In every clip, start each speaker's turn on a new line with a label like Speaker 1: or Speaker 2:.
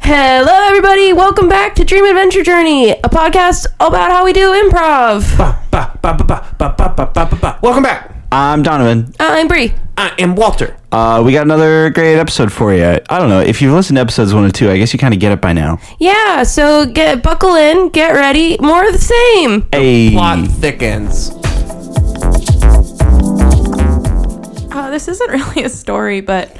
Speaker 1: Hello, everybody. Welcome back to Dream Adventure Journey, a podcast about how we do improv. Uh,
Speaker 2: Ba, ba, ba, ba, ba, ba, ba, ba, ba, ba, ba. Welcome back.
Speaker 3: I'm Donovan.
Speaker 1: I'm Bree.
Speaker 2: I am Walter.
Speaker 3: Uh, we got another great episode for you. I don't know if you've listened to episodes one and two. I guess you kind of get it by now.
Speaker 1: Yeah, so get buckle in, get ready. More of the same.
Speaker 3: Hey,
Speaker 2: Plot thickens.
Speaker 4: Uh, this isn't really a story, but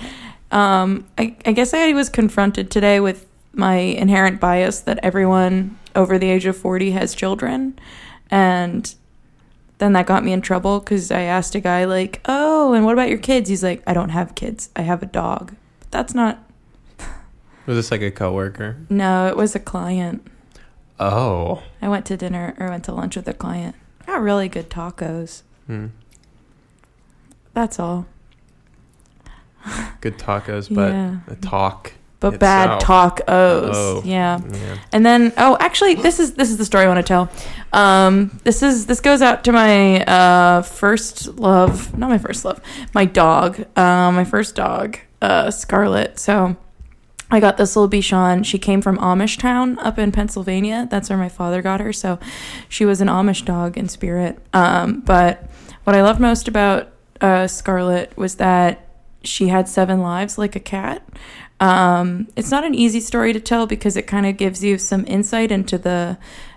Speaker 4: um, I, I guess I was confronted today with my inherent bias that everyone over the age of 40 has children. And then that got me in trouble because I asked a guy, like, oh, and what about your kids? He's like, I don't have kids. I have a dog. But that's not,
Speaker 5: Was this like a coworker?
Speaker 4: no, it was a client.
Speaker 5: Oh.
Speaker 4: I went to dinner or went to lunch with a client. Got really good tacos.
Speaker 5: Hmm.
Speaker 4: That's all.
Speaker 5: Good tacos, but
Speaker 4: Yeah.
Speaker 5: the talk.
Speaker 4: But
Speaker 5: It's
Speaker 4: bad tacos.
Speaker 5: Oh.
Speaker 4: Yeah.
Speaker 5: Yeah.
Speaker 4: And then, oh, actually, this is this is the story I want to tell. Um, this is this goes out to my uh, first love, not my first love, my dog, uh, my first dog, uh, Scarlet. So I got this little Bichon. She came from Amish town up in Pennsylvania. That's where my father got her. So she was an Amish dog in spirit. Um, but what I loved most about uh, Scarlet was that she had seven lives like a cat. Um, it's not an easy story to tell because it kind of gives you some insight into the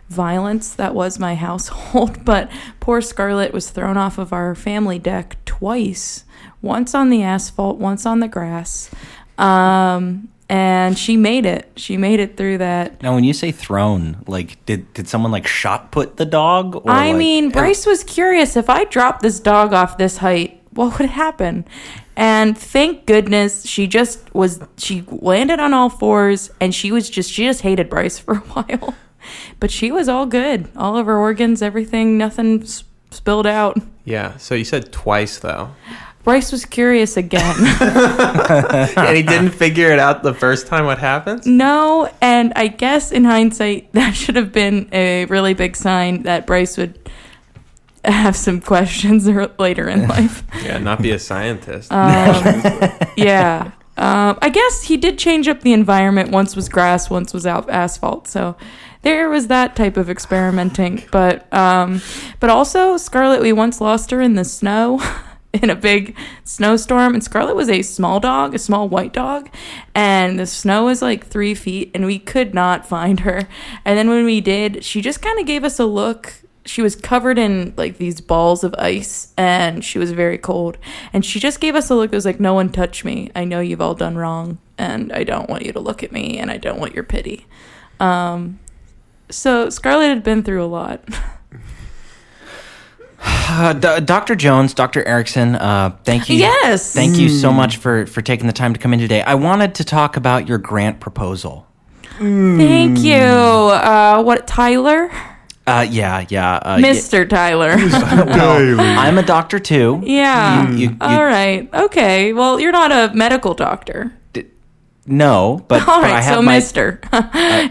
Speaker 4: violence that was my household. But poor Scarlet was thrown off of our family deck twice once on the asphalt, once on the grass. Um, and she made it. She made it through that.
Speaker 3: Now, when you say thrown, like did did someone like shot put the dog? Or,
Speaker 4: I
Speaker 3: like-
Speaker 4: mean, Bryce was curious if I dropped this dog off this height, what would happen? And thank goodness she just was she landed on all fours and she was just she just hated Bryce for a while. But she was all good. All of her organs, everything, nothing s- spilled out.
Speaker 5: Yeah. So you said twice though.
Speaker 4: Bryce was curious again.
Speaker 5: and he didn't figure it out the first time what happens?
Speaker 4: no, and I guess in hindsight that should have been a really big sign that Bryce would have some questions later in life.
Speaker 5: Yeah, not be a scientist.
Speaker 4: Um, yeah. Um, I guess he did change up the environment. Once was grass, once was out asphalt. So there was that type of experimenting. But um, but also Scarlet, we once lost her in the snow. In a big snowstorm, and Scarlet was a small dog, a small white dog, and the snow was like three feet, and we could not find her. And then when we did, she just kind of gave us a look she was covered in like these balls of ice and she was very cold and she just gave us a look that was like no one touch me i know you've all done wrong and i don't want you to look at me and i don't want your pity um so scarlett had been through a lot
Speaker 6: Uh, D- Dr. Jones, Dr. Erickson, uh, thank you.
Speaker 4: Yes.
Speaker 6: Thank you so much for, for taking the time to come in today. I wanted to talk about your grant proposal.
Speaker 4: thank you uh what tyler
Speaker 6: Uh, yeah, yeah. Uh,
Speaker 4: mr tyler
Speaker 6: yeah. Well, I'm a doctor too.
Speaker 4: yeah
Speaker 6: You- you-
Speaker 4: all right okay well you're not a medical doctor
Speaker 6: No, but,
Speaker 4: all
Speaker 6: but I
Speaker 4: right
Speaker 6: have
Speaker 4: so
Speaker 6: my Uh,
Speaker 4: mr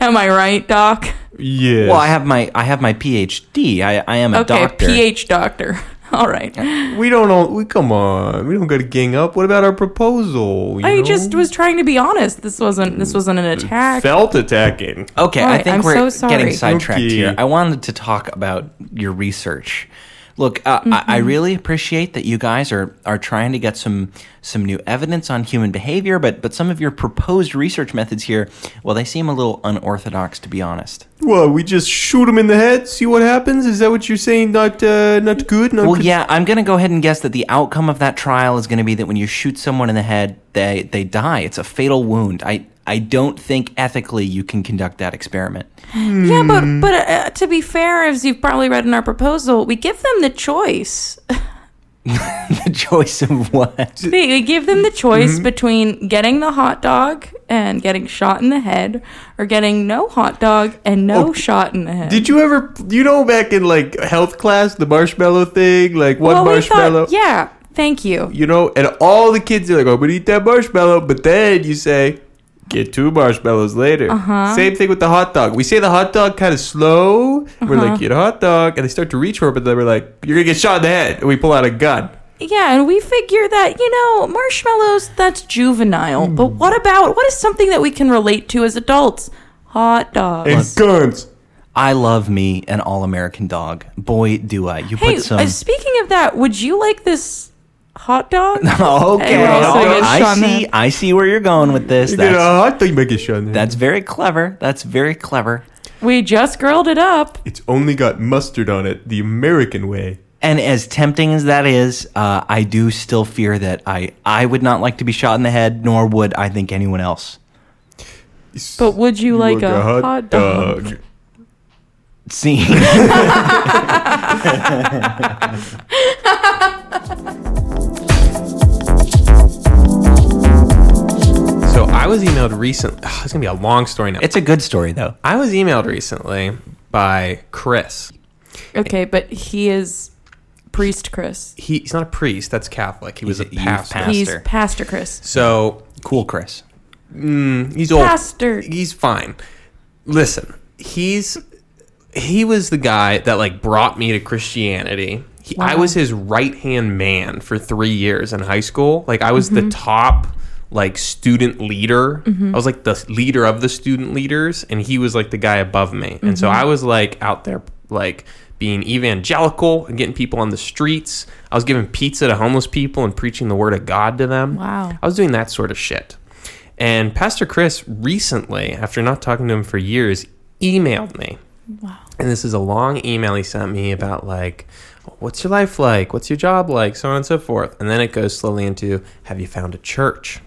Speaker 4: am i right doc
Speaker 5: yeah.
Speaker 6: well, I have my I have my PhD. I, I am a
Speaker 4: okay
Speaker 6: doctor.
Speaker 4: ph doctor all right
Speaker 5: we don't all, we come on. We don't go to gang up. What about our proposal? you Mm.
Speaker 4: I
Speaker 5: know?
Speaker 4: just was trying to be honest. This wasn't this wasn't an attack.
Speaker 5: felt attacking.
Speaker 6: Okay, I
Speaker 4: Alright,
Speaker 6: think
Speaker 4: I'm so
Speaker 6: we're
Speaker 4: sorry.
Speaker 6: getting sidetracked
Speaker 5: Okay.
Speaker 6: here. I wanted to talk about your research. Look, uh, I, I
Speaker 4: Mm-hmm.
Speaker 6: really appreciate that you guys are are trying to get some some new evidence on human behavior, but but some of your proposed research methods here, well, they seem a little unorthodox, to be honest.
Speaker 5: Well, we just shoot him in the head, see what happens? Is that what you're saying? Not uh, not good?
Speaker 4: Oh,
Speaker 5: Not
Speaker 6: Well,
Speaker 5: good?
Speaker 6: yeah, I'm going to go ahead and guess that the outcome of that trial is going to be that when you shoot someone in the head, they they die. It's a fatal wound. I I don't think ethically you can conduct that experiment.
Speaker 4: Yeah, but but uh, to be fair, as you've probably read in our proposal, we give them the choice.
Speaker 6: the choice of what?
Speaker 4: We we give them the choice
Speaker 5: Mm-hmm.
Speaker 4: between getting the hot dog and getting shot in the head, or getting no hot dog and no
Speaker 5: Oh,
Speaker 4: shot in the head.
Speaker 5: Did you ever, you know, back in like health class, the marshmallow thing, like one
Speaker 4: well, we
Speaker 5: marshmallow?
Speaker 4: thought, yeah, thank you.
Speaker 5: you know, and all the kids are like, "I'm gonna eat that marshmallow," but then you say, "Get two marshmallows later."
Speaker 4: Uh-huh.
Speaker 5: Same thing with the hot dog. We say the hot dog kind of
Speaker 4: Uh-huh.
Speaker 5: slow. We're like, "Get a hot dog," and they start to reach for it, but then we're like, "You're gonna get shot in the head," and we pull out a gun.
Speaker 4: yeah, and we figure that, you know, marshmallows, that's juvenile.
Speaker 6: Hmm.
Speaker 4: But what about, what is something that we can relate to as adults? Hot dogs.
Speaker 5: And guns.
Speaker 6: I love me an all American dog. Boy, do I. You
Speaker 4: hey,
Speaker 6: put some.
Speaker 4: uh, speaking of that, would you like this hot dog?
Speaker 6: okay.
Speaker 4: Hey, we're also gonna
Speaker 6: I
Speaker 4: shun
Speaker 6: see.
Speaker 4: that.
Speaker 6: I see where you're going with this.
Speaker 5: You get a
Speaker 6: That's,
Speaker 5: hot dog, make it shun.
Speaker 6: that's very clever. That's very clever.
Speaker 4: We just grilled it up.
Speaker 5: It's only got mustard on it, the American way.
Speaker 6: And as tempting as that is, uh, I do still fear that I I would not like to be shot in the head, nor would I think anyone else.
Speaker 4: But would you, like
Speaker 5: want
Speaker 4: a, hot, dog?
Speaker 6: Scene.
Speaker 2: So I was emailed recently. It's gonna be a long story now.
Speaker 6: it's a good story though.
Speaker 2: I was emailed recently by Chris.
Speaker 4: Okay, but he is priest Chris.
Speaker 2: He, he's not a priest. That's Catholic. He was
Speaker 6: He's
Speaker 2: a
Speaker 6: a youth
Speaker 2: pastor.
Speaker 6: pastor.
Speaker 4: He's pastor Chris.
Speaker 2: So Mm,
Speaker 6: Cool, Chris.
Speaker 2: he's old.
Speaker 4: Pastor.
Speaker 2: He's fine. Listen, he's he was the guy that like brought me to Christianity. He, I
Speaker 4: Wow.
Speaker 2: was his right hand man for three years in high school. Like I was the top like student leader. I was like the leader of the student leaders, and he was like the guy above me. And so I was like out there like being evangelical and getting people on the streets. I was giving pizza to homeless people and preaching the word of God to them.
Speaker 4: Wow.
Speaker 2: I was doing that sort of shit. And Pastor Chris recently, after not talking to him for years, emailed me. Wow. And this is a long email he sent me about, like, what's your life like? What's your job like? So on and so forth. And then it goes slowly into, have you found a church?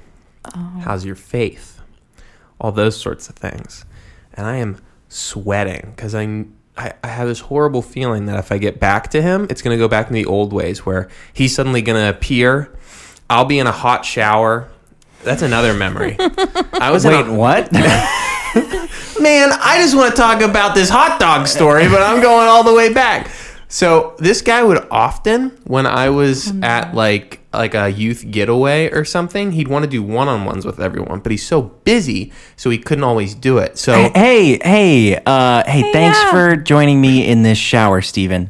Speaker 2: How's your faith? All those sorts of things. And I am sweating because I, I, I have this horrible feeling that if I get back to him, it's going to go back in the old ways where he's suddenly going to appear. I'll be in a hot shower. That's another memory. I was in
Speaker 6: Wait,
Speaker 2: a-
Speaker 6: what?
Speaker 2: man, I just want to talk about this hot dog story, but I'm going all the way back. So this guy would often, when I was at like like a youth getaway or something, he'd want to do one on ones with everyone, but he's so busy, so he couldn't always do it. So
Speaker 6: hey, hey, uh, hey! Thanks
Speaker 4: yeah.
Speaker 6: for joining me in this shower, Steven.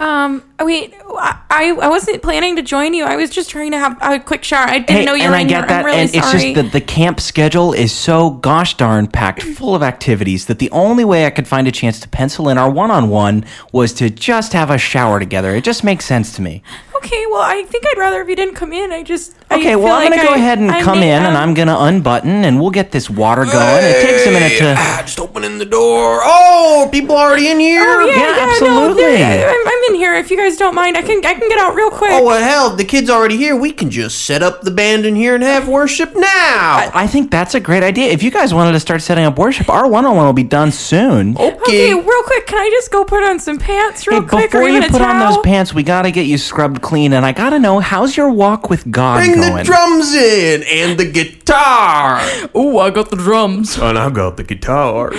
Speaker 4: Um, wait, I, I I wasn't planning to join you. I was just trying to have a quick shower. I didn't
Speaker 6: Hey,
Speaker 4: know you
Speaker 6: and
Speaker 4: were
Speaker 6: I
Speaker 4: in
Speaker 6: get
Speaker 4: here.
Speaker 6: that,
Speaker 4: I'm really
Speaker 6: and
Speaker 4: sorry.
Speaker 6: it's just that the camp schedule is so gosh darn packed, full of activities, that the only way I could find a chance to pencil in our one-on-one was to just have a shower together. It just makes sense to me.
Speaker 4: okay, well, I think I'd rather if you didn't come in. I just I
Speaker 6: Okay, well,
Speaker 4: feel
Speaker 6: I'm
Speaker 4: like
Speaker 6: gonna go
Speaker 4: I-
Speaker 6: ahead and
Speaker 4: I
Speaker 6: come
Speaker 4: may-
Speaker 6: in, and I'm
Speaker 4: um,
Speaker 6: gonna unbutton, and we'll get this water going. It takes a minute to.
Speaker 2: ah, just opening the door. Oh, people already in here.
Speaker 4: Oh, yeah,
Speaker 6: Yeah,
Speaker 4: yeah, no,
Speaker 6: absolutely.
Speaker 4: there- I'm, I'm in here. If you guys don't mind, I can I can get out real quick.
Speaker 2: Oh well, hell, the kid's already here. We can just set up the band in here and have worship now.
Speaker 6: I think that's a great idea. If you guys wanted to start setting up worship, our one-on-one will be done soon.
Speaker 4: okay. real quick, can I just go put on some pants Oh, real
Speaker 6: Hey,
Speaker 4: quick?
Speaker 6: before
Speaker 4: or
Speaker 6: you
Speaker 4: even a
Speaker 6: put on
Speaker 4: towel?
Speaker 6: those pants, we gotta get you scrubbed clean, and I gotta know how's your walk with God
Speaker 2: Bring
Speaker 6: going.
Speaker 2: the drums in and the guitar.
Speaker 4: Oh, I got the drums.
Speaker 5: And I got the guitar.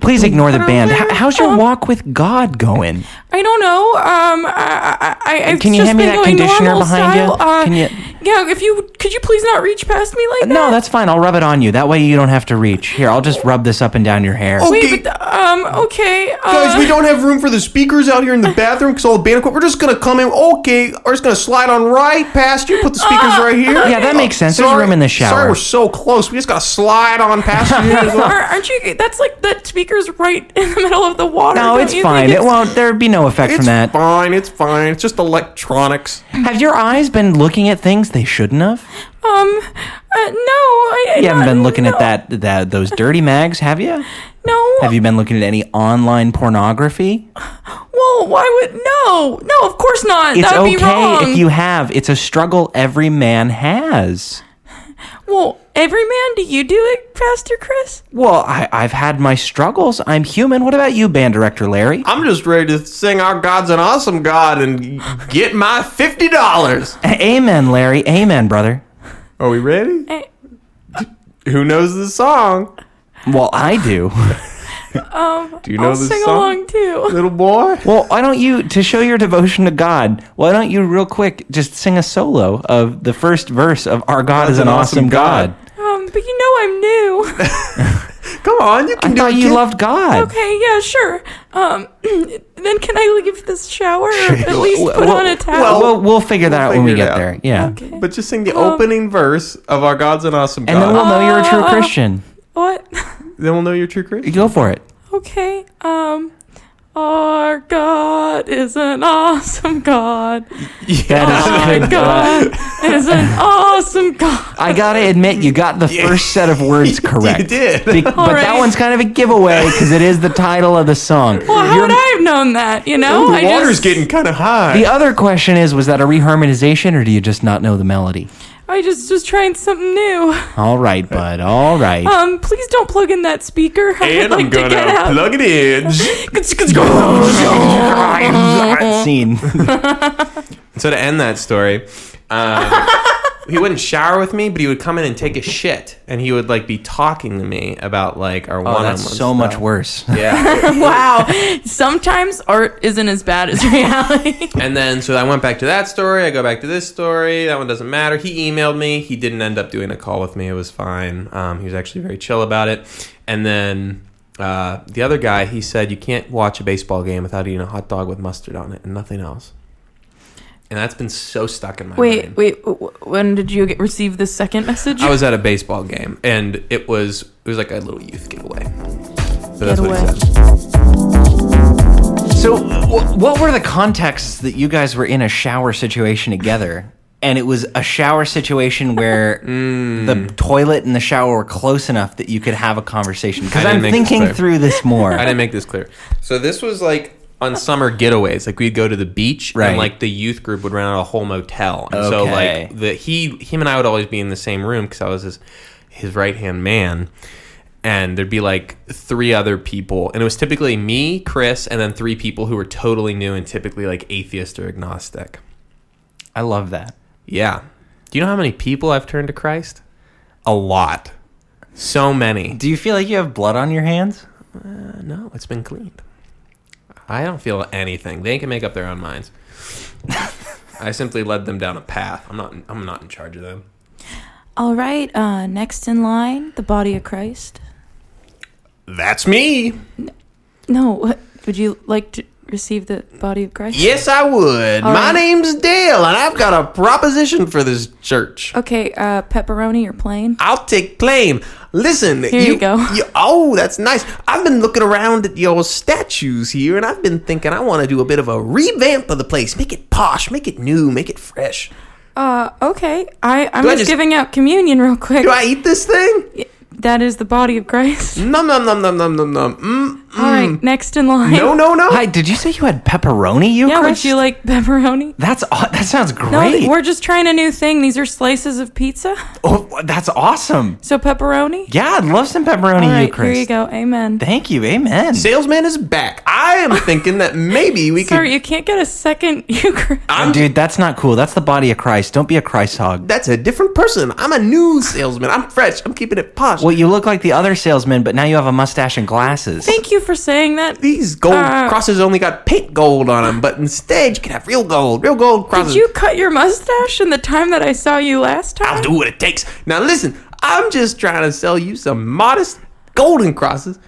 Speaker 6: Please ignore the band. H- how's your walk with God going?
Speaker 4: I don't know. Um, I, I, I I've
Speaker 6: Can you
Speaker 4: just
Speaker 6: hand me
Speaker 4: been
Speaker 6: that
Speaker 4: going
Speaker 6: conditioner
Speaker 4: normal
Speaker 6: behind you?
Speaker 4: style. Uh,
Speaker 6: Can you-
Speaker 4: Yeah, if you could, you please not reach past me like that.
Speaker 6: No, that's fine. I'll rub it on you. That way you don't have to reach. Here, I'll just rub this up and down your hair.
Speaker 4: Wait,
Speaker 5: Okay.
Speaker 4: but the, um, okay. Uh,
Speaker 5: Guys, we don't have room for the speakers out here in the bathroom because all the band equipment. We're just gonna come in. Okay, we're just gonna slide on right past you. Put the speakers right here.
Speaker 6: Yeah, that makes sense. There's
Speaker 5: Sorry-
Speaker 6: room in the
Speaker 5: Sorry,
Speaker 6: shower.
Speaker 5: we're so close. We just gotta slide on past you.
Speaker 4: Hey, are- aren't you? That's like that speaker's right in the middle of the water.
Speaker 6: No,
Speaker 4: don't
Speaker 6: it's
Speaker 4: you think
Speaker 6: fine. It
Speaker 4: it's-
Speaker 6: won't. There'd be no effect from
Speaker 5: It's
Speaker 6: that.
Speaker 5: fine. It's fine. It's just electronics.
Speaker 6: Have your eyes been looking at things they shouldn't have?
Speaker 4: Um, uh, no, I. I
Speaker 6: You haven't
Speaker 4: not-
Speaker 6: been looking
Speaker 4: no,
Speaker 6: at that that those dirty mags, have you?
Speaker 4: No.
Speaker 6: Have you been looking at any online pornography?
Speaker 4: Well, why would no? No, of course not.
Speaker 6: It's
Speaker 4: That'd be
Speaker 6: okay
Speaker 4: wrong.
Speaker 6: if you have. It's a struggle every man has.
Speaker 4: well, every man, do you do it, Pastor Chris?
Speaker 6: Well, I, I've had my struggles. I'm human. What about you, band director Larry?
Speaker 2: I'm just ready to sing Our God's an Awesome God and get my $50.
Speaker 6: A- Amen, Larry. Amen, brother.
Speaker 5: Are we ready?
Speaker 4: Eh.
Speaker 5: Who knows the song?
Speaker 6: Well, I do.
Speaker 5: Do you know
Speaker 4: I'll
Speaker 5: the
Speaker 4: sing
Speaker 5: song,
Speaker 4: along too.
Speaker 5: little boy?
Speaker 6: well, why don't you, to show your devotion to God, why don't you, real quick, just sing a solo of the first verse of Our God is an, Awesome God?
Speaker 4: Um, but you know I'm new.
Speaker 5: Come on, you can
Speaker 3: I
Speaker 5: do
Speaker 3: thought
Speaker 5: it.
Speaker 3: you
Speaker 5: kid.
Speaker 3: loved God.
Speaker 4: Okay, yeah, sure. Um, then can I leave this shower? Or at least put on a towel.
Speaker 5: well-
Speaker 3: Well, we'll, we'll figure that
Speaker 5: We'll
Speaker 3: out when we
Speaker 5: figure it
Speaker 3: get
Speaker 5: out.
Speaker 3: there. Yeah.
Speaker 4: okay.
Speaker 2: But just sing the
Speaker 4: Um,
Speaker 2: opening verse of Our God's an Awesome
Speaker 6: And then we'll
Speaker 2: God.
Speaker 6: know you're a true
Speaker 4: Uh,
Speaker 6: Christian.
Speaker 4: what?
Speaker 2: Then we'll know you're a true Christian.
Speaker 6: Go for it.
Speaker 4: Okay. Um, our God is an awesome God.
Speaker 6: That
Speaker 4: Our
Speaker 6: is good.
Speaker 4: God is an awesome God.
Speaker 6: I gotta admit, you got the first set of words correct.
Speaker 5: You did.
Speaker 6: Be- but that
Speaker 4: right.
Speaker 6: one's kind of a giveaway because it is the title of the song.
Speaker 4: Well, how
Speaker 6: Your-
Speaker 4: would I have known that? You know,
Speaker 5: the
Speaker 4: Oh, I
Speaker 5: water's
Speaker 4: just,
Speaker 5: getting kind of high.
Speaker 6: the other question is: Was that a reharmonization, or do you just not know the melody?
Speaker 4: I just was trying something new.
Speaker 6: All right, bud. All right.
Speaker 4: Um, please don't plug in that speaker. I would
Speaker 2: And
Speaker 4: like
Speaker 2: I'm
Speaker 4: to get
Speaker 2: gonna
Speaker 4: out.
Speaker 2: plug it in.
Speaker 6: Scene.
Speaker 2: So to end that story, um, he wouldn't shower with me, but he would come in and take a shit, and he would like be talking to me about like our
Speaker 6: Oh,
Speaker 2: one-on-one.
Speaker 6: that's so much worse.
Speaker 2: Yeah.
Speaker 4: wow. Sometimes art isn't as bad as reality.
Speaker 2: and then so I went back to that story. I go back to this story. That one doesn't matter. He emailed me. He didn't end up doing a call with me. It was fine. Um, he was actually very chill about it. And then. Uh, the other guy, he said, you can't watch a baseball game without eating a hot dog with mustard on it and nothing else. And that's been so stuck in my brain.
Speaker 4: wait, wait. w- w- When did you get, receive the second message?
Speaker 2: I was at a baseball game, and it was it was like a little youth giveaway. So that's what
Speaker 4: Getaway.
Speaker 2: it says.
Speaker 6: So, wh- what were the contexts that you guys were in a shower situation together? And it was a shower situation where the toilet and the shower were close enough that you could have a conversation.
Speaker 2: I
Speaker 6: Because
Speaker 2: didn't
Speaker 6: I'm
Speaker 2: make this
Speaker 6: thinking
Speaker 2: clear.
Speaker 6: through this more.
Speaker 2: I didn't make this clear. So this was like on summer getaways. Like we'd go to the beach,
Speaker 6: Right.
Speaker 2: and like the youth group would rent out a whole motel. And so
Speaker 6: Okay.
Speaker 2: like the he him and I would always be in the same room because I was his his right hand man. And there'd be like three other people, and it was typically me, Chris, and then three people who were totally new and typically like atheist or agnostic.
Speaker 6: I love that.
Speaker 2: Yeah. Do you know how many people I've turned to Christ? A lot. So many.
Speaker 6: Do you feel like you have blood on your hands?
Speaker 2: No, it's been cleaned. I don't feel anything. They can make up their own minds. I simply led them down a path. I'm not I'm not in charge of them.
Speaker 4: All right. Uh, next in line, the body of Christ.
Speaker 5: That's me.
Speaker 4: No. what- Would you like to receive the body of Christ?
Speaker 5: Yes, I would.
Speaker 4: All
Speaker 5: My
Speaker 4: right.
Speaker 5: name's Dale, and I've got a proposition for this church.
Speaker 4: Okay. Uh, pepperoni or plain?
Speaker 5: I'll take plain. Listen,
Speaker 4: Here you go.
Speaker 5: oh, that's nice. I've been looking around at your statues here, and I've been thinking I want to do a bit of a revamp of the place. Make it posh, make it new, make it fresh.
Speaker 4: Uh, okay. I I'm
Speaker 5: Do I
Speaker 4: just,
Speaker 5: just-
Speaker 4: giving out communion real quick.
Speaker 5: Do I eat this thing?
Speaker 4: that is the body of Christ.
Speaker 5: Nom nom nom nom nom nom nom. Mm,
Speaker 4: All right. Next in line.
Speaker 5: no no no.
Speaker 6: Hi, did you say you had pepperoni, you
Speaker 4: Yeah.
Speaker 6: Chris?
Speaker 4: Would you like pepperoni?
Speaker 6: that's aw- that sounds great.
Speaker 4: No, we're just trying a new thing. These are slices of pizza.
Speaker 6: oh, that's awesome.
Speaker 4: So pepperoni.
Speaker 6: Yeah, I'd love some pepperoni,
Speaker 4: All right,
Speaker 6: you Chris.
Speaker 4: here you go. Amen.
Speaker 6: Thank you. Amen.
Speaker 5: Salesman is back. I am thinking that maybe we could.
Speaker 4: Sorry, you can't get a second Eucharist.
Speaker 5: I'm
Speaker 6: Dude, that's not cool. That's the body of Christ. Don't be a Christ hog.
Speaker 5: That's a different person. I'm a new salesman. I'm fresh. I'm keeping it posh.
Speaker 6: Well, you look like the other salesman, but now you have a mustache and glasses.
Speaker 4: Thank you for saying that.
Speaker 5: These gold
Speaker 4: Uh,
Speaker 5: crosses only got paint gold on them, but instead you can have real gold, real gold crosses.
Speaker 4: Did you cut your mustache in the time that I saw you last time?
Speaker 5: I'll do what it takes. Now listen, I'm just trying to sell you some modest golden crosses.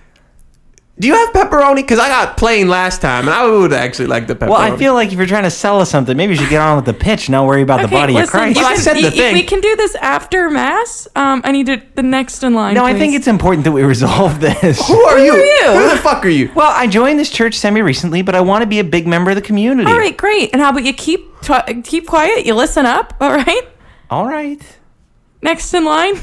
Speaker 5: Do you have pepperoni? Because I got plain last time, and I would actually like the pepperoni.
Speaker 6: Well, I feel like if you're trying to sell us something, maybe you should get on with the pitch, not worry about the
Speaker 4: Okay,
Speaker 6: body
Speaker 4: listen,
Speaker 6: of Christ.
Speaker 4: you
Speaker 5: Well, I
Speaker 4: can-
Speaker 5: said the
Speaker 4: you- you-
Speaker 5: thing.
Speaker 4: We can do this after mass. Um, I need to, the next in line.
Speaker 6: no, I
Speaker 4: please.
Speaker 6: think it's important that we resolve this.
Speaker 5: Who are you?
Speaker 4: you?
Speaker 5: Who the fuck are you?
Speaker 6: Well, I joined this church semi recently, but I want to be a big member of the community.
Speaker 4: all right. Great. And how about you keep t- keep quiet? You listen up. All right.
Speaker 6: All right.
Speaker 4: Next in line,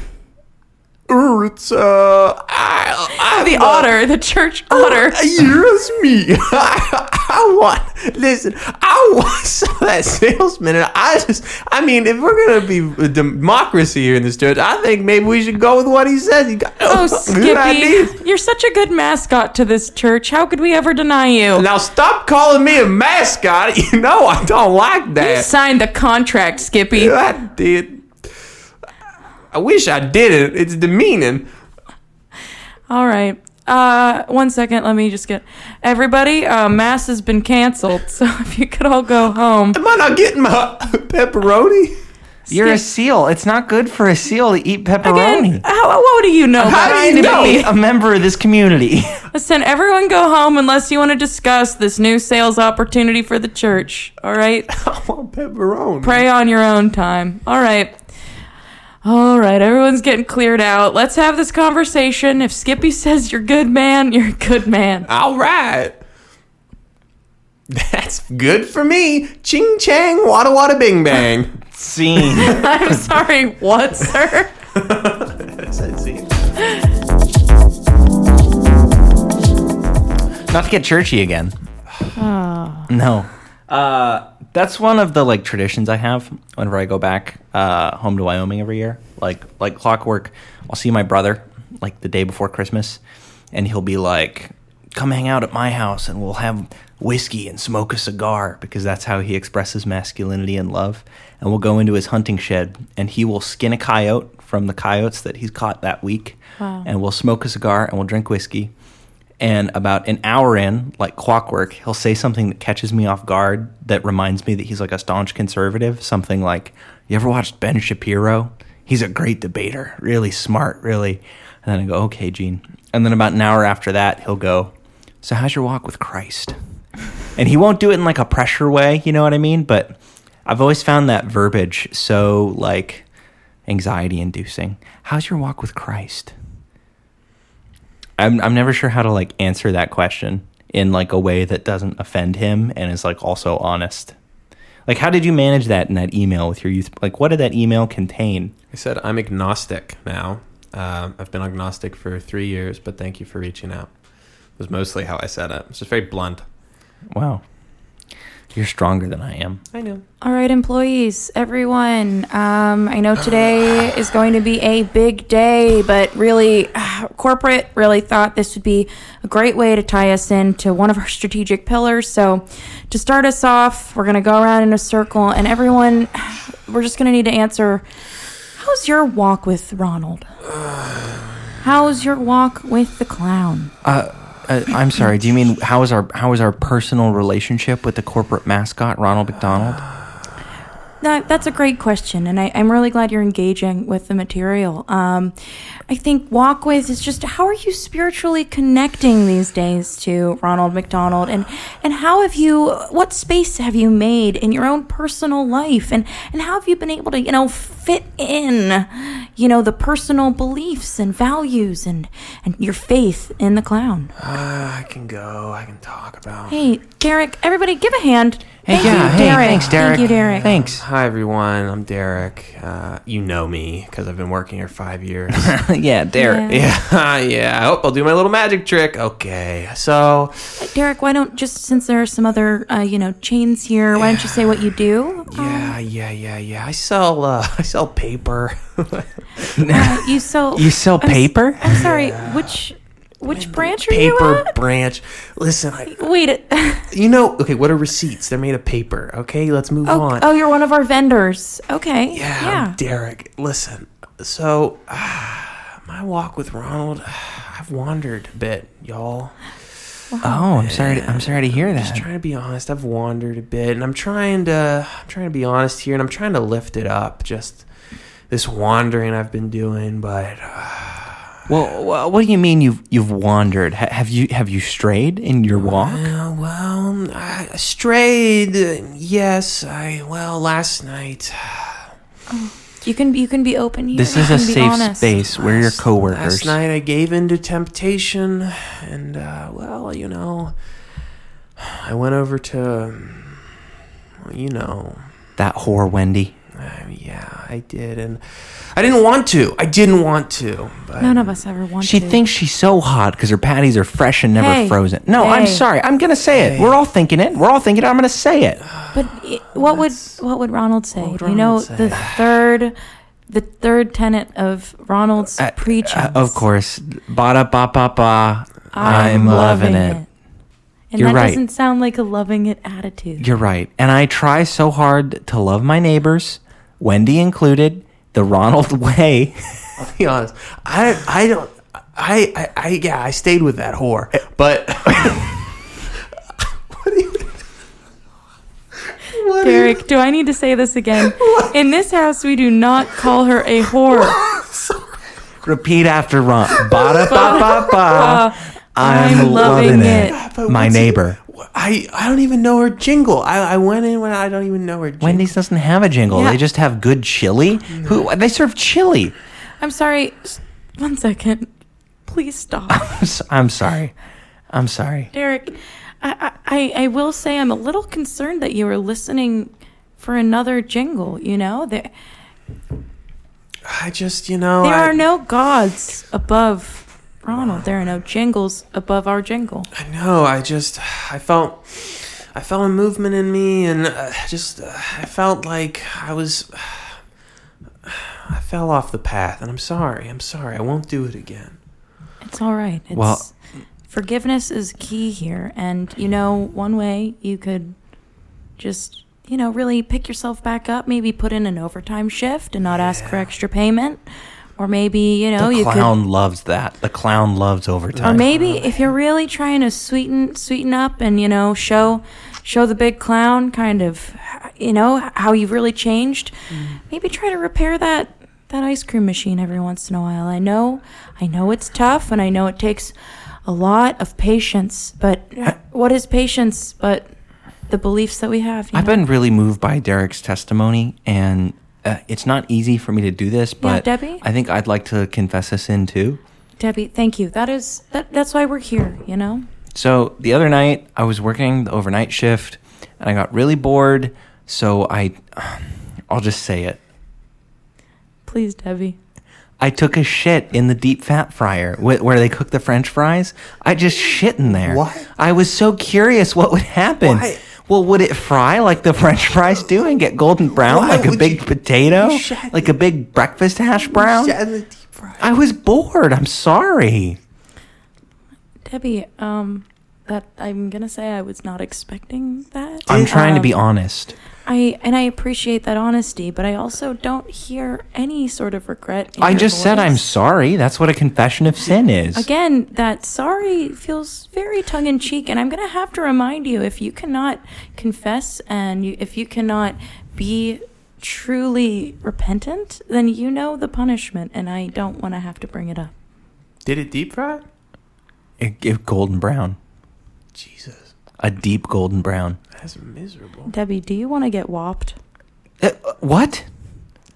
Speaker 5: Er, It's uh, I, I,
Speaker 4: the
Speaker 5: uh,
Speaker 4: otter, the church otter.
Speaker 5: Yes, me. I, I want. Listen, I want some of that salesman, and I just. I mean, if we're gonna be a democracy here in this church, I think maybe we should go with what he says. He got
Speaker 4: Oh,
Speaker 5: good ideas.
Speaker 4: Skippy, you're such a good mascot to this church. How could we ever deny you?
Speaker 5: Now stop calling me a mascot. You know I don't like
Speaker 4: You
Speaker 5: that.
Speaker 4: signed the contract, Skippy.
Speaker 5: I did. I wish I didn't. It's demeaning.
Speaker 4: All right. Uh, one second. Let me just get everybody. Uh, mass has been canceled, so if you could all go home.
Speaker 5: Am I not getting my pepperoni?
Speaker 6: You're a seal. It's not good for a seal to eat pepperoni.
Speaker 4: uh,
Speaker 7: Again, how, what do you know?
Speaker 6: How
Speaker 7: about
Speaker 6: do you know?
Speaker 7: anybody?
Speaker 6: Be a member of this community.
Speaker 7: Listen, everyone go home unless you want to discuss this new sales opportunity for the church. All right?
Speaker 8: pepperoni.
Speaker 7: Pray on your own time. All right. All right, everyone's getting cleared out. Let's have this conversation. If Skippy says you're a good man, you're a good man.
Speaker 8: All right. That's good for me. Ching chang, wada wada bing bang.
Speaker 6: Scene.
Speaker 7: I'm sorry, what, sir?
Speaker 6: not to get churchy again. No. Uh, that's one of the like traditions I have whenever I go back uh, home to Wyoming every year. Like like clockwork, I'll see my brother like the day before Christmas, and he'll be like, "Come hang out at my house, and we'll have whiskey and smoke a cigar," because that's how he expresses masculinity and love. And we'll go into his hunting shed, and he will skin a coyote from the coyotes that he's caught that week, and we'll smoke a cigar and we'll drink whiskey. And about an hour in, like clockwork, he'll say something that catches me off guard that reminds me that he's like a staunch conservative. Something like, You ever watched Ben Shapiro? He's a great debater, really smart, really. And then I go, Okay, Gene. And then about an hour after that, he'll go, So how's your walk with Christ? And he won't do it in like a pressure way, you know what I mean? But I've always found that verbiage so like anxiety inducing. How's your walk with Christ? I'm I'm never sure how to like answer that question in like a way that doesn't offend him and is like also honest. Like how did you manage that in that email with your youth? Like what did that email contain?
Speaker 5: I said I'm agnostic now. Um, I've been agnostic for three years, but thank you for reaching out. Was mostly how I said it. It's just very blunt.
Speaker 6: Wow. You're stronger than I am.
Speaker 5: I know.
Speaker 4: All right, employees, everyone. Um, I know today is going to be a big day, but really, corporate really thought this would be a great way to tie us into one of our strategic pillars. So, to start us off, we're going to go around in a circle, and everyone, we're just going to need to answer How's your walk with Ronald? How's your walk with the clown?
Speaker 6: Uh, I'm sorry. Do you mean how is our how is our personal relationship with the corporate mascot Ronald McDonald?
Speaker 4: That, that's a great question, and I, I'm really glad you're engaging with the material. Um, I think walk with is just how are you spiritually connecting these days to Ronald McDonald, and and how have you what space have you made in your own personal life, and and how have you been able to you know fit in, you know the personal beliefs and values and and your faith in the clown.
Speaker 5: I can go. I can talk about.
Speaker 4: Hey, Derek, everybody, give a hand. Thank you,
Speaker 6: hey,
Speaker 4: Derek.
Speaker 6: thanks, Derek.
Speaker 4: Thank you, Derek.
Speaker 6: Thanks.
Speaker 5: Hi everyone. I'm Derek. Uh, you know me because I've been working here five years.
Speaker 6: yeah, Derek.
Speaker 4: Yeah.
Speaker 5: yeah, yeah. I hope I'll do my little magic trick. Okay, so
Speaker 4: Derek, why don't just since there are some other uh, you know chains here, why don't you say what you do? Um,
Speaker 5: yeah, uh, yeah, yeah, yeah. I sell. Uh, I sell paper.
Speaker 4: Uh, you sell
Speaker 6: You sell
Speaker 4: I'm s-
Speaker 6: paper?
Speaker 4: I'm sorry, which which branch are you
Speaker 5: paper
Speaker 4: at?
Speaker 5: branch. Listen, I,
Speaker 4: Wait, uh,
Speaker 5: you know. Okay, what are receipts? They're made of paper. Okay, let's move
Speaker 4: oh,
Speaker 5: on.
Speaker 4: oh, you're one of our vendors. Okay,
Speaker 5: Yeah, I'm Derek. Listen, so ah, my walk with Ronald, ah, I've wandered a bit, y'all.
Speaker 6: Oh, I'm sorry. To, I'm sorry to hear that.
Speaker 5: Just trying to be honest. I've wandered a bit, and I'm trying to. I'm trying to be honest here, and I'm trying to lift it up. Just this wandering I've been doing, but
Speaker 6: Well, wha- what do you mean you've you've wandered? Ha- have you have you strayed in your walk?
Speaker 5: Uh, well, I I strayed. uh, Yes, I. Well, last night.
Speaker 4: you can you can be open here.
Speaker 6: This
Speaker 4: you
Speaker 6: is a
Speaker 4: can be
Speaker 6: safe
Speaker 4: honest.
Speaker 6: space. We're your
Speaker 5: Last
Speaker 6: coworkers.
Speaker 5: night I gave in to temptation, and uh, well, you know, I went over to, um, well, you know,
Speaker 6: That whore Wendy.
Speaker 5: uh, yeah, I did, and I didn't want to. I didn't want to. But
Speaker 4: None of us ever want
Speaker 6: She
Speaker 4: to.
Speaker 6: thinks she's so hot because her patties are fresh and never
Speaker 4: Hey.
Speaker 6: frozen. No, I'm
Speaker 4: Hey.
Speaker 6: sorry. I'm gonna say it. We're all thinking it. We're all thinking. It. I'm gonna say it.
Speaker 4: But i what would what would Ronald say?
Speaker 5: would
Speaker 4: you know
Speaker 5: Ronald say?
Speaker 4: the third the third tenet of Ronald's
Speaker 6: Uh,
Speaker 4: preaching.
Speaker 6: uh, of course. Ba da ba ba ba. I'm loving it.
Speaker 4: And
Speaker 6: You're
Speaker 4: that
Speaker 6: right.
Speaker 4: doesn't sound like a loving it attitude.
Speaker 6: You're right. And I try so hard to love my neighbors, Wendy included, the Ronald way.
Speaker 5: I'll be honest. I I don't. I, I I yeah. I stayed with that whore, but. what do you?
Speaker 4: Derek, do I need to say this again? In this house, we do not call her a whore.
Speaker 6: Repeat after Ron. Ba da ba ba ba. Uh, I'm,
Speaker 4: Uh, I'm loving
Speaker 6: loving,
Speaker 4: it.
Speaker 6: it. My neighbor.
Speaker 5: I, I don't even know her jingle. I, I went in when I don't even know her jingle.
Speaker 6: Wendy's doesn't have a jingle.
Speaker 4: Yeah.
Speaker 6: They just have good chili. Who they serve chili?
Speaker 4: I'm sorry. s- One second. Please stop.
Speaker 6: I'm so- I'm sorry. I'm sorry.
Speaker 4: Derek, I, I, I will say I'm a little concerned that you were listening for another jingle, you know? There,
Speaker 5: I just, you know.
Speaker 4: there
Speaker 5: I,
Speaker 4: are no gods above Ronald. There are no jingles above our jingle.
Speaker 5: I know. I just, I felt, I felt a movement in me, and uh, just, uh, I felt like I was, I fell off the path, and I'm sorry. I'm sorry. I won't do it again.
Speaker 4: It's all right. It's,
Speaker 6: Well-
Speaker 4: forgiveness is key here. And, you know, one way you could just, you know, really pick yourself back up, maybe put in an overtime shift and not ask for extra payment. Or maybe, you know,
Speaker 6: the
Speaker 4: Oh, you could.
Speaker 6: clown loves that. The clown loves
Speaker 4: Or
Speaker 6: overtime.
Speaker 4: maybe if you're really trying to sweeten sweeten up and you know show show the big clown kind of you know how you've really changed,
Speaker 6: Mm.
Speaker 4: maybe try to repair that that ice cream machine every once in a while. I know I know it's tough and I know it takes a lot of patience, but what is patience but the beliefs that we have? you
Speaker 6: I've
Speaker 4: know?
Speaker 6: been really moved by Derek's testimony, and uh, it's not easy for me to do this, but
Speaker 4: Debbie?
Speaker 6: I think I'd like to confess a sin too.
Speaker 4: Debbie, thank you. That is that that's why we're here, you know?
Speaker 6: So the other night, I was working the overnight shift, and I got really bored. So I, I'll just say it.
Speaker 4: Please, Debbie.
Speaker 6: I took a shit in the deep fat fryer wh- where they cook the French fries. I just shit in there.
Speaker 5: What?
Speaker 6: I was so curious what would happen.
Speaker 5: Why?
Speaker 6: Well, would it fry like the French fries do and get golden brown
Speaker 5: Why
Speaker 6: like a
Speaker 5: would
Speaker 6: big
Speaker 5: you-
Speaker 6: potato,
Speaker 5: you shat-
Speaker 6: like a big breakfast hash brown?
Speaker 5: Yeah, and the deep fry.
Speaker 6: I was bored. I'm sorry.
Speaker 4: Debbie, um that I'm going to say I was not expecting that.
Speaker 6: I'm trying to
Speaker 4: Um,
Speaker 6: be honest.
Speaker 4: I and I appreciate that honesty, but I also don't hear any sort of regret. in
Speaker 6: I
Speaker 4: your
Speaker 6: just said I'm
Speaker 4: voice.
Speaker 6: sorry. That's what a confession of sin is.
Speaker 4: Again, that sorry feels very tongue in cheek, and I'm going to have to remind you if you cannot confess and you, if you cannot be truly repentant, then you know the punishment, and I don't want to have to bring it up.
Speaker 5: Did it deep fry?
Speaker 6: It, it- golden brown,
Speaker 5: Jesus,
Speaker 6: a deep golden brown.
Speaker 5: that's miserable.
Speaker 4: Debbie, do you want to get whopped?
Speaker 6: Uh, uh, what?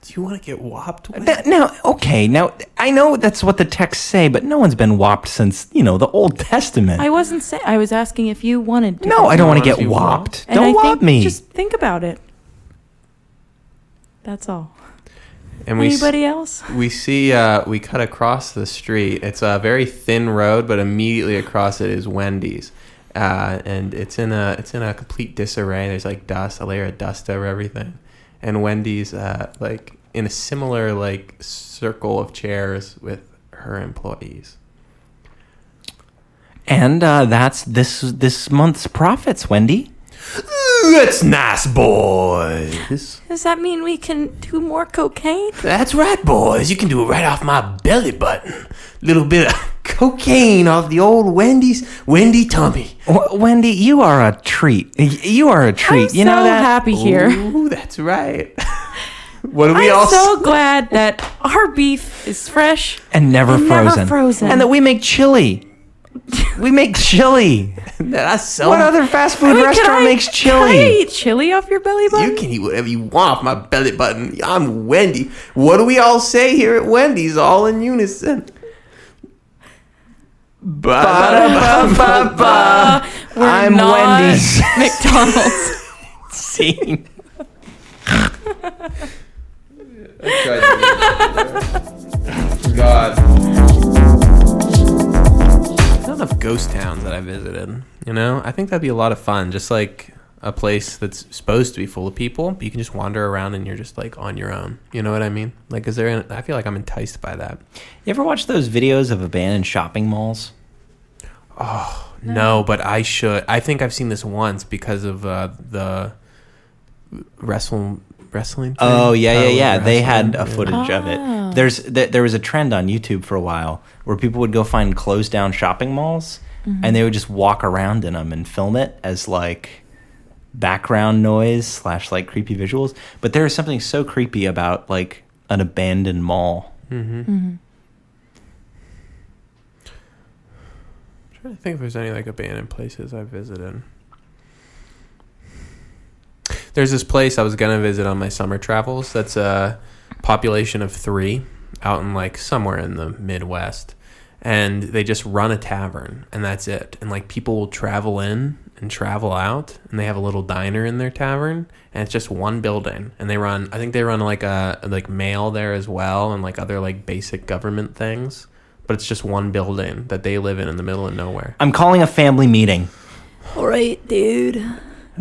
Speaker 5: Do you want to get whopped? With?
Speaker 6: That, now, okay, now I know that's what the texts say, but no one's been whopped since you know the Old Testament.
Speaker 4: I wasn't saying. I was asking if you wanted to.
Speaker 6: no, I don't want to get
Speaker 2: you
Speaker 6: whopped.
Speaker 4: And I
Speaker 6: Don't
Speaker 4: think-
Speaker 6: whop me.
Speaker 4: Just think about it. That's all.
Speaker 2: And we s-
Speaker 4: Anybody else?
Speaker 2: we see uh, we cut across the street. It's a very thin road, but immediately across it is Wendy's, uh, and it's in a it's in a complete disarray. There's like dust, a layer of dust over everything, and Wendy's uh, like in a similar like circle of chairs with her employees.
Speaker 6: and uh, that's this this month's profits, Wendy.
Speaker 5: That's nice, boys.
Speaker 4: Does that mean we can do more cocaine?
Speaker 5: That's right, boys. You can do it right off my belly button. Little bit of cocaine off the old Wendy's Wendy tummy.
Speaker 6: W- Wendy, you are a treat. Y- You are a treat. you know
Speaker 4: so
Speaker 6: that.
Speaker 4: happy here.
Speaker 5: Ooh, that's right. what do we
Speaker 4: I'm
Speaker 5: all
Speaker 4: so glad that our beef is fresh.
Speaker 6: and never
Speaker 4: And never
Speaker 6: frozen.
Speaker 4: frozen.
Speaker 6: And that we make chili. we make chili.
Speaker 5: that I so
Speaker 6: What other fast food
Speaker 4: Wait, can
Speaker 6: restaurant
Speaker 4: I-
Speaker 6: makes
Speaker 4: Can I
Speaker 6: chili?
Speaker 4: eat chili off your belly button?
Speaker 5: You can eat whatever you want off my belly button. I'm Wendy. What do we all say here at Wendy's all in unison?
Speaker 6: Ba-da-ba-ba-ba.
Speaker 4: Uh, We're
Speaker 6: I'm
Speaker 4: not
Speaker 6: Wendy's.
Speaker 4: McDonald's.
Speaker 6: Scene.
Speaker 2: God,
Speaker 5: There's not enough ghost towns that I visited.
Speaker 2: you know, I think that'd be a lot of fun. Just like a place that's supposed to be full of people, but you can just wander around and you're just like on your own. You know what I mean? Like, is there? An, I feel like I'm enticed by that.
Speaker 6: You ever watch those videos of abandoned shopping malls?
Speaker 2: No, but I should. I think I've seen this once because of uh, the wrestle wrestling. thing.
Speaker 6: Oh yeah, yeah,
Speaker 2: Probably
Speaker 6: yeah. They
Speaker 2: wrestling,
Speaker 6: had a
Speaker 2: yeah.
Speaker 6: footage of it. There's th- there was a trend on YouTube for a while where people would go find closed down shopping malls and they would just walk around in them and film it as like background noise slash like creepy visuals. But there is something so creepy about like an abandoned mall.
Speaker 2: I'm trying to think if there's any like abandoned places I visited. There's this place I was gonna visit on my summer travels. That's uh, a population of three out in like somewhere in the Midwest, and they just run a tavern and that's it. And like people will travel in and travel out, and they have a little diner in their tavern, and it's just one building. And they run, I think they run like a like mail there as well, and like other like basic government things. But it's just one building that they live in in the middle of nowhere.
Speaker 6: I'm calling a family meeting.
Speaker 9: All right, dude.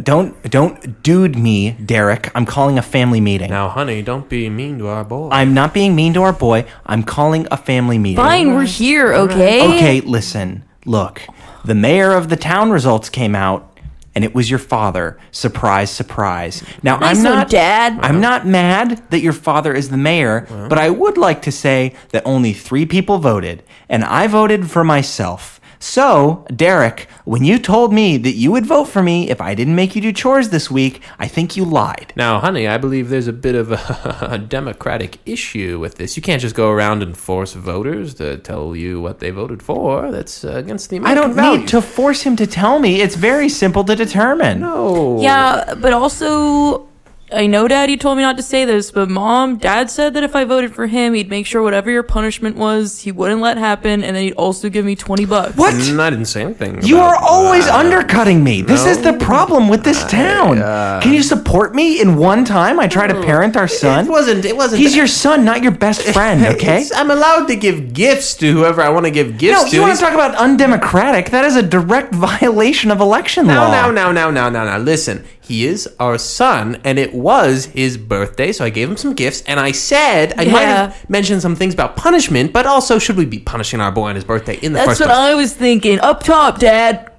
Speaker 6: Don't don't dude me, Derek. I'm calling a family meeting.
Speaker 2: Now, honey, don't be mean to our boy.
Speaker 6: I'm not being mean to our boy. I'm calling a family meeting.
Speaker 9: Fine, we're here, okay?
Speaker 6: Okay, listen. Look, the mayor of the town results came out, and it was your father. Surprise, surprise. Now
Speaker 9: Nice
Speaker 6: I'm
Speaker 9: one,
Speaker 6: not
Speaker 9: Dad.
Speaker 6: I'm not mad that your father is the mayor, but I would like to say that only three people voted, and I voted for myself. So, Derek, when you told me that you would vote for me if I didn't make you do chores this week, I think you lied.
Speaker 2: now, honey, I believe there's a bit of a, a democratic issue with this. You can't just go around and force voters to tell you what they voted for. That's uh, against the
Speaker 6: I
Speaker 2: American
Speaker 6: don't need to force him to tell me. It's very simple to determine.
Speaker 2: No.
Speaker 4: Yeah, but also, I know Daddy told me not to say this, but Mom, Dad said that if I voted for him, he'd make sure whatever your punishment was, he wouldn't let happen, and then he'd also give me twenty bucks.
Speaker 6: What?
Speaker 2: Mm, I didn't say anything.
Speaker 6: You
Speaker 2: about
Speaker 6: are always
Speaker 2: that.
Speaker 6: undercutting me. This is the problem with this town. Can you support me in one time? I try to parent our son.
Speaker 5: It wasn't. It wasn't.
Speaker 6: He's your son, not your best friend, okay?
Speaker 5: It's- I'm allowed to give gifts to whoever I want to give gifts
Speaker 6: No,
Speaker 5: to.
Speaker 6: you want
Speaker 5: He's-
Speaker 6: to talk about undemocratic? That is a direct violation of election
Speaker 5: No,
Speaker 6: law.
Speaker 5: no, no, no, no, no, no. Listen, he is our son, and it was his birthday, so I gave him some gifts, and I said I might have mentioned some things about punishment, but also should we be punishing our boy on his birthday in the
Speaker 4: That's
Speaker 5: first
Speaker 4: what
Speaker 5: place?
Speaker 4: I was thinking. Up top, Dad.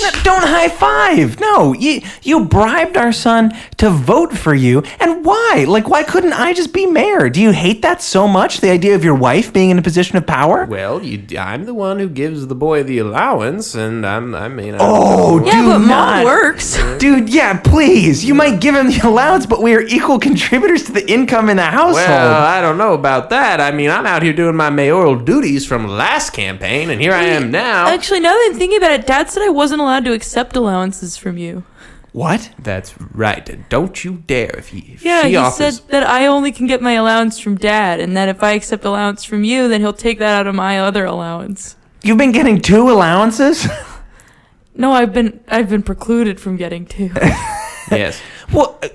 Speaker 6: No, Don't high five. No, you you bribed our son to vote for you, and why? Like, why couldn't I just be mayor? Do you hate that so much? The idea of your wife being in a position of power?
Speaker 2: Well, you, I'm the one who gives the boy the allowance, and I'm, I mean, I,
Speaker 6: Oh,
Speaker 4: Yeah,
Speaker 6: do
Speaker 4: but Mom
Speaker 6: not.
Speaker 4: works.
Speaker 6: Dude, yeah, please. You might give him the allowance, but we are equal contributors to the income in the household.
Speaker 2: well, I don't know about that. I mean, I'm out here doing my mayoral duties from last campaign, and here I am now.
Speaker 4: Actually, now that I'm thinking about it, Dad said I wasn't allowed to accept allowances from you.
Speaker 6: what?
Speaker 2: That's right. Don't you dare if he. If
Speaker 4: Yeah,
Speaker 2: she
Speaker 4: he
Speaker 2: offers,
Speaker 4: said that I only can get my allowance from Dad, and that if I accept allowance from you, then he'll take that out of my other allowance.
Speaker 6: You've been getting two allowances?
Speaker 4: No, I've been I've been precluded from getting two.
Speaker 2: yes.
Speaker 6: well, uh,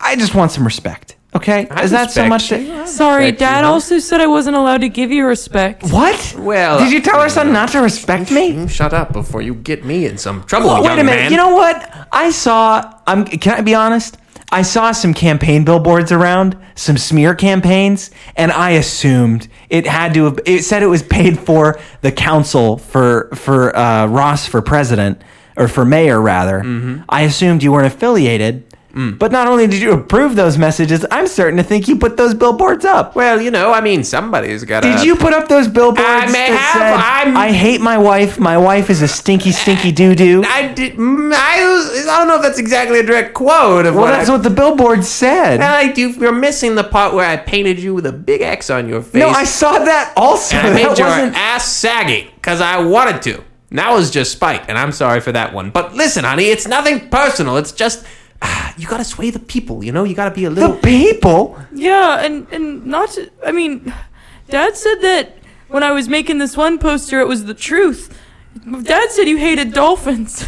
Speaker 6: I just want some respect, okay?
Speaker 2: I
Speaker 6: Is that so
Speaker 2: respect
Speaker 6: much?
Speaker 2: you.
Speaker 6: To,
Speaker 4: Sorry,
Speaker 2: Respect you,
Speaker 4: Dad
Speaker 2: huh?
Speaker 4: also said I wasn't allowed to give you respect.
Speaker 6: what?
Speaker 2: Well, uh,
Speaker 6: did you tell our son not to respect me?
Speaker 2: Mm, Shut up before you get me in some trouble,
Speaker 6: Well,
Speaker 2: young
Speaker 6: wait a minute.
Speaker 2: man.
Speaker 6: You know what? I saw. I'm. Can I be honest? I saw some campaign billboards around, some smear campaigns, and I assumed it had to. Have, it said it was paid for the council for for uh, Ross for president or for mayor rather.
Speaker 2: Mm-hmm.
Speaker 6: I assumed you weren't affiliated.
Speaker 2: Mm.
Speaker 6: But not only did you approve those messages, I'm certain to think you put those billboards up.
Speaker 2: well, you know, I mean, somebody's got.
Speaker 6: Did you put up those billboards
Speaker 2: I may
Speaker 6: that
Speaker 2: have.
Speaker 6: said,
Speaker 2: I'm-
Speaker 6: "I hate my wife. My wife is a stinky, stinky doo doo"?
Speaker 2: I did. mm, I, was- I don't know if that's exactly a direct quote of
Speaker 6: Well,
Speaker 2: what.
Speaker 6: that's
Speaker 2: I,
Speaker 6: what the billboard said.
Speaker 2: I do. You're missing the part where I painted you with a big X on your face.
Speaker 6: no, I saw that also.
Speaker 2: and I
Speaker 6: that
Speaker 2: made your
Speaker 6: wasn't.
Speaker 2: ass saggy because I wanted to. And that was just spite, and I'm sorry for that one. But listen, honey, it's nothing personal. It's just ah, you gotta sway the people. You know, you gotta be a
Speaker 6: the
Speaker 2: little.
Speaker 6: people.
Speaker 4: Yeah, and and not to, I mean, Dad said that when I was making this one poster, it was the truth. Dad said you hated dolphins.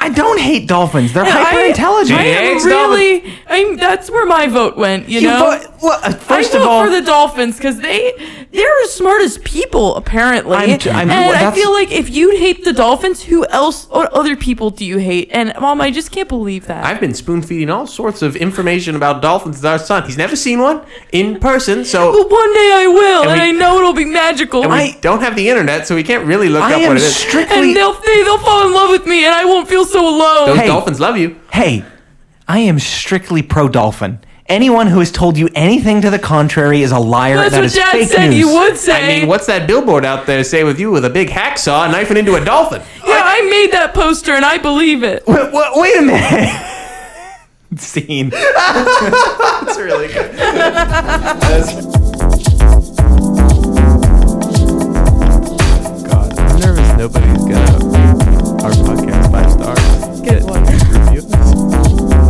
Speaker 6: I don't hate dolphins. They're
Speaker 4: And
Speaker 6: hyper intelligent.
Speaker 4: I, I am really. I'm, that's where my vote went. You,
Speaker 6: You
Speaker 4: know.
Speaker 6: vote- well, uh, first
Speaker 4: I
Speaker 6: of
Speaker 4: vote
Speaker 6: all,
Speaker 4: for the Dolphins because they they're as smart as people apparently.
Speaker 6: I'm t- I'm-
Speaker 4: and I
Speaker 6: that's-
Speaker 4: feel like if you hate the Dolphins, who else? What other people do you hate? And Mom, I just can't believe that.
Speaker 2: I've been spoon feeding all sorts of information about dolphins to our son. He's never seen one in person, so
Speaker 4: but one day I will,
Speaker 2: And
Speaker 4: and,
Speaker 2: we-
Speaker 4: I know it'll be magical.
Speaker 2: and we
Speaker 6: I-
Speaker 2: don't have the internet, so we can't really look
Speaker 6: I
Speaker 2: up what
Speaker 6: am
Speaker 2: it is.
Speaker 6: strictly.
Speaker 4: and they'll they, they'll fall in love with me, and I won't feel so alone.
Speaker 2: Those
Speaker 6: Hey.
Speaker 2: dolphins love you.
Speaker 6: hey, I am strictly pro dolphin. Anyone who has told you anything to the contrary is a liar.
Speaker 1: That's
Speaker 6: That
Speaker 1: what
Speaker 6: is
Speaker 1: Dad
Speaker 6: fake
Speaker 1: said
Speaker 6: news.
Speaker 1: you would
Speaker 5: I
Speaker 1: say.
Speaker 5: mean, what's that billboard out there say with you with a big hacksaw knifing into a dolphin?
Speaker 4: Yeah, I made that poster and I believe it.
Speaker 6: Wait, wait, wait a minute. Scene.
Speaker 5: That's really good.
Speaker 2: God, I'm nervous nobody's gonna rate our podcast five stars. Good one.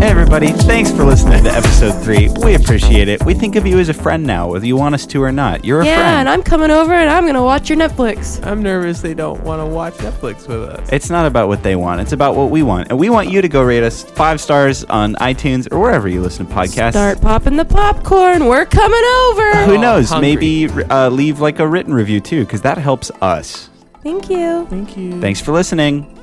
Speaker 3: Hey, everybody. Thanks for listening to episode three. We appreciate it. We think of you as a friend now, whether you want us to or not. You're a
Speaker 1: yeah,
Speaker 3: friend.
Speaker 1: and I'm coming over and I'm gonna watch your Netflix.
Speaker 2: I'm nervous they don't want to watch Netflix with us.
Speaker 3: It's not about what they want. It's about what we want. And we want you to go rate us five stars on iTunes or wherever you listen to podcasts.
Speaker 1: Start popping the popcorn. We're coming over.
Speaker 3: Who knows?
Speaker 2: hungry.
Speaker 3: Maybe uh, leave like a written review too, because that helps us.
Speaker 1: Thank you.
Speaker 3: Thanks for listening.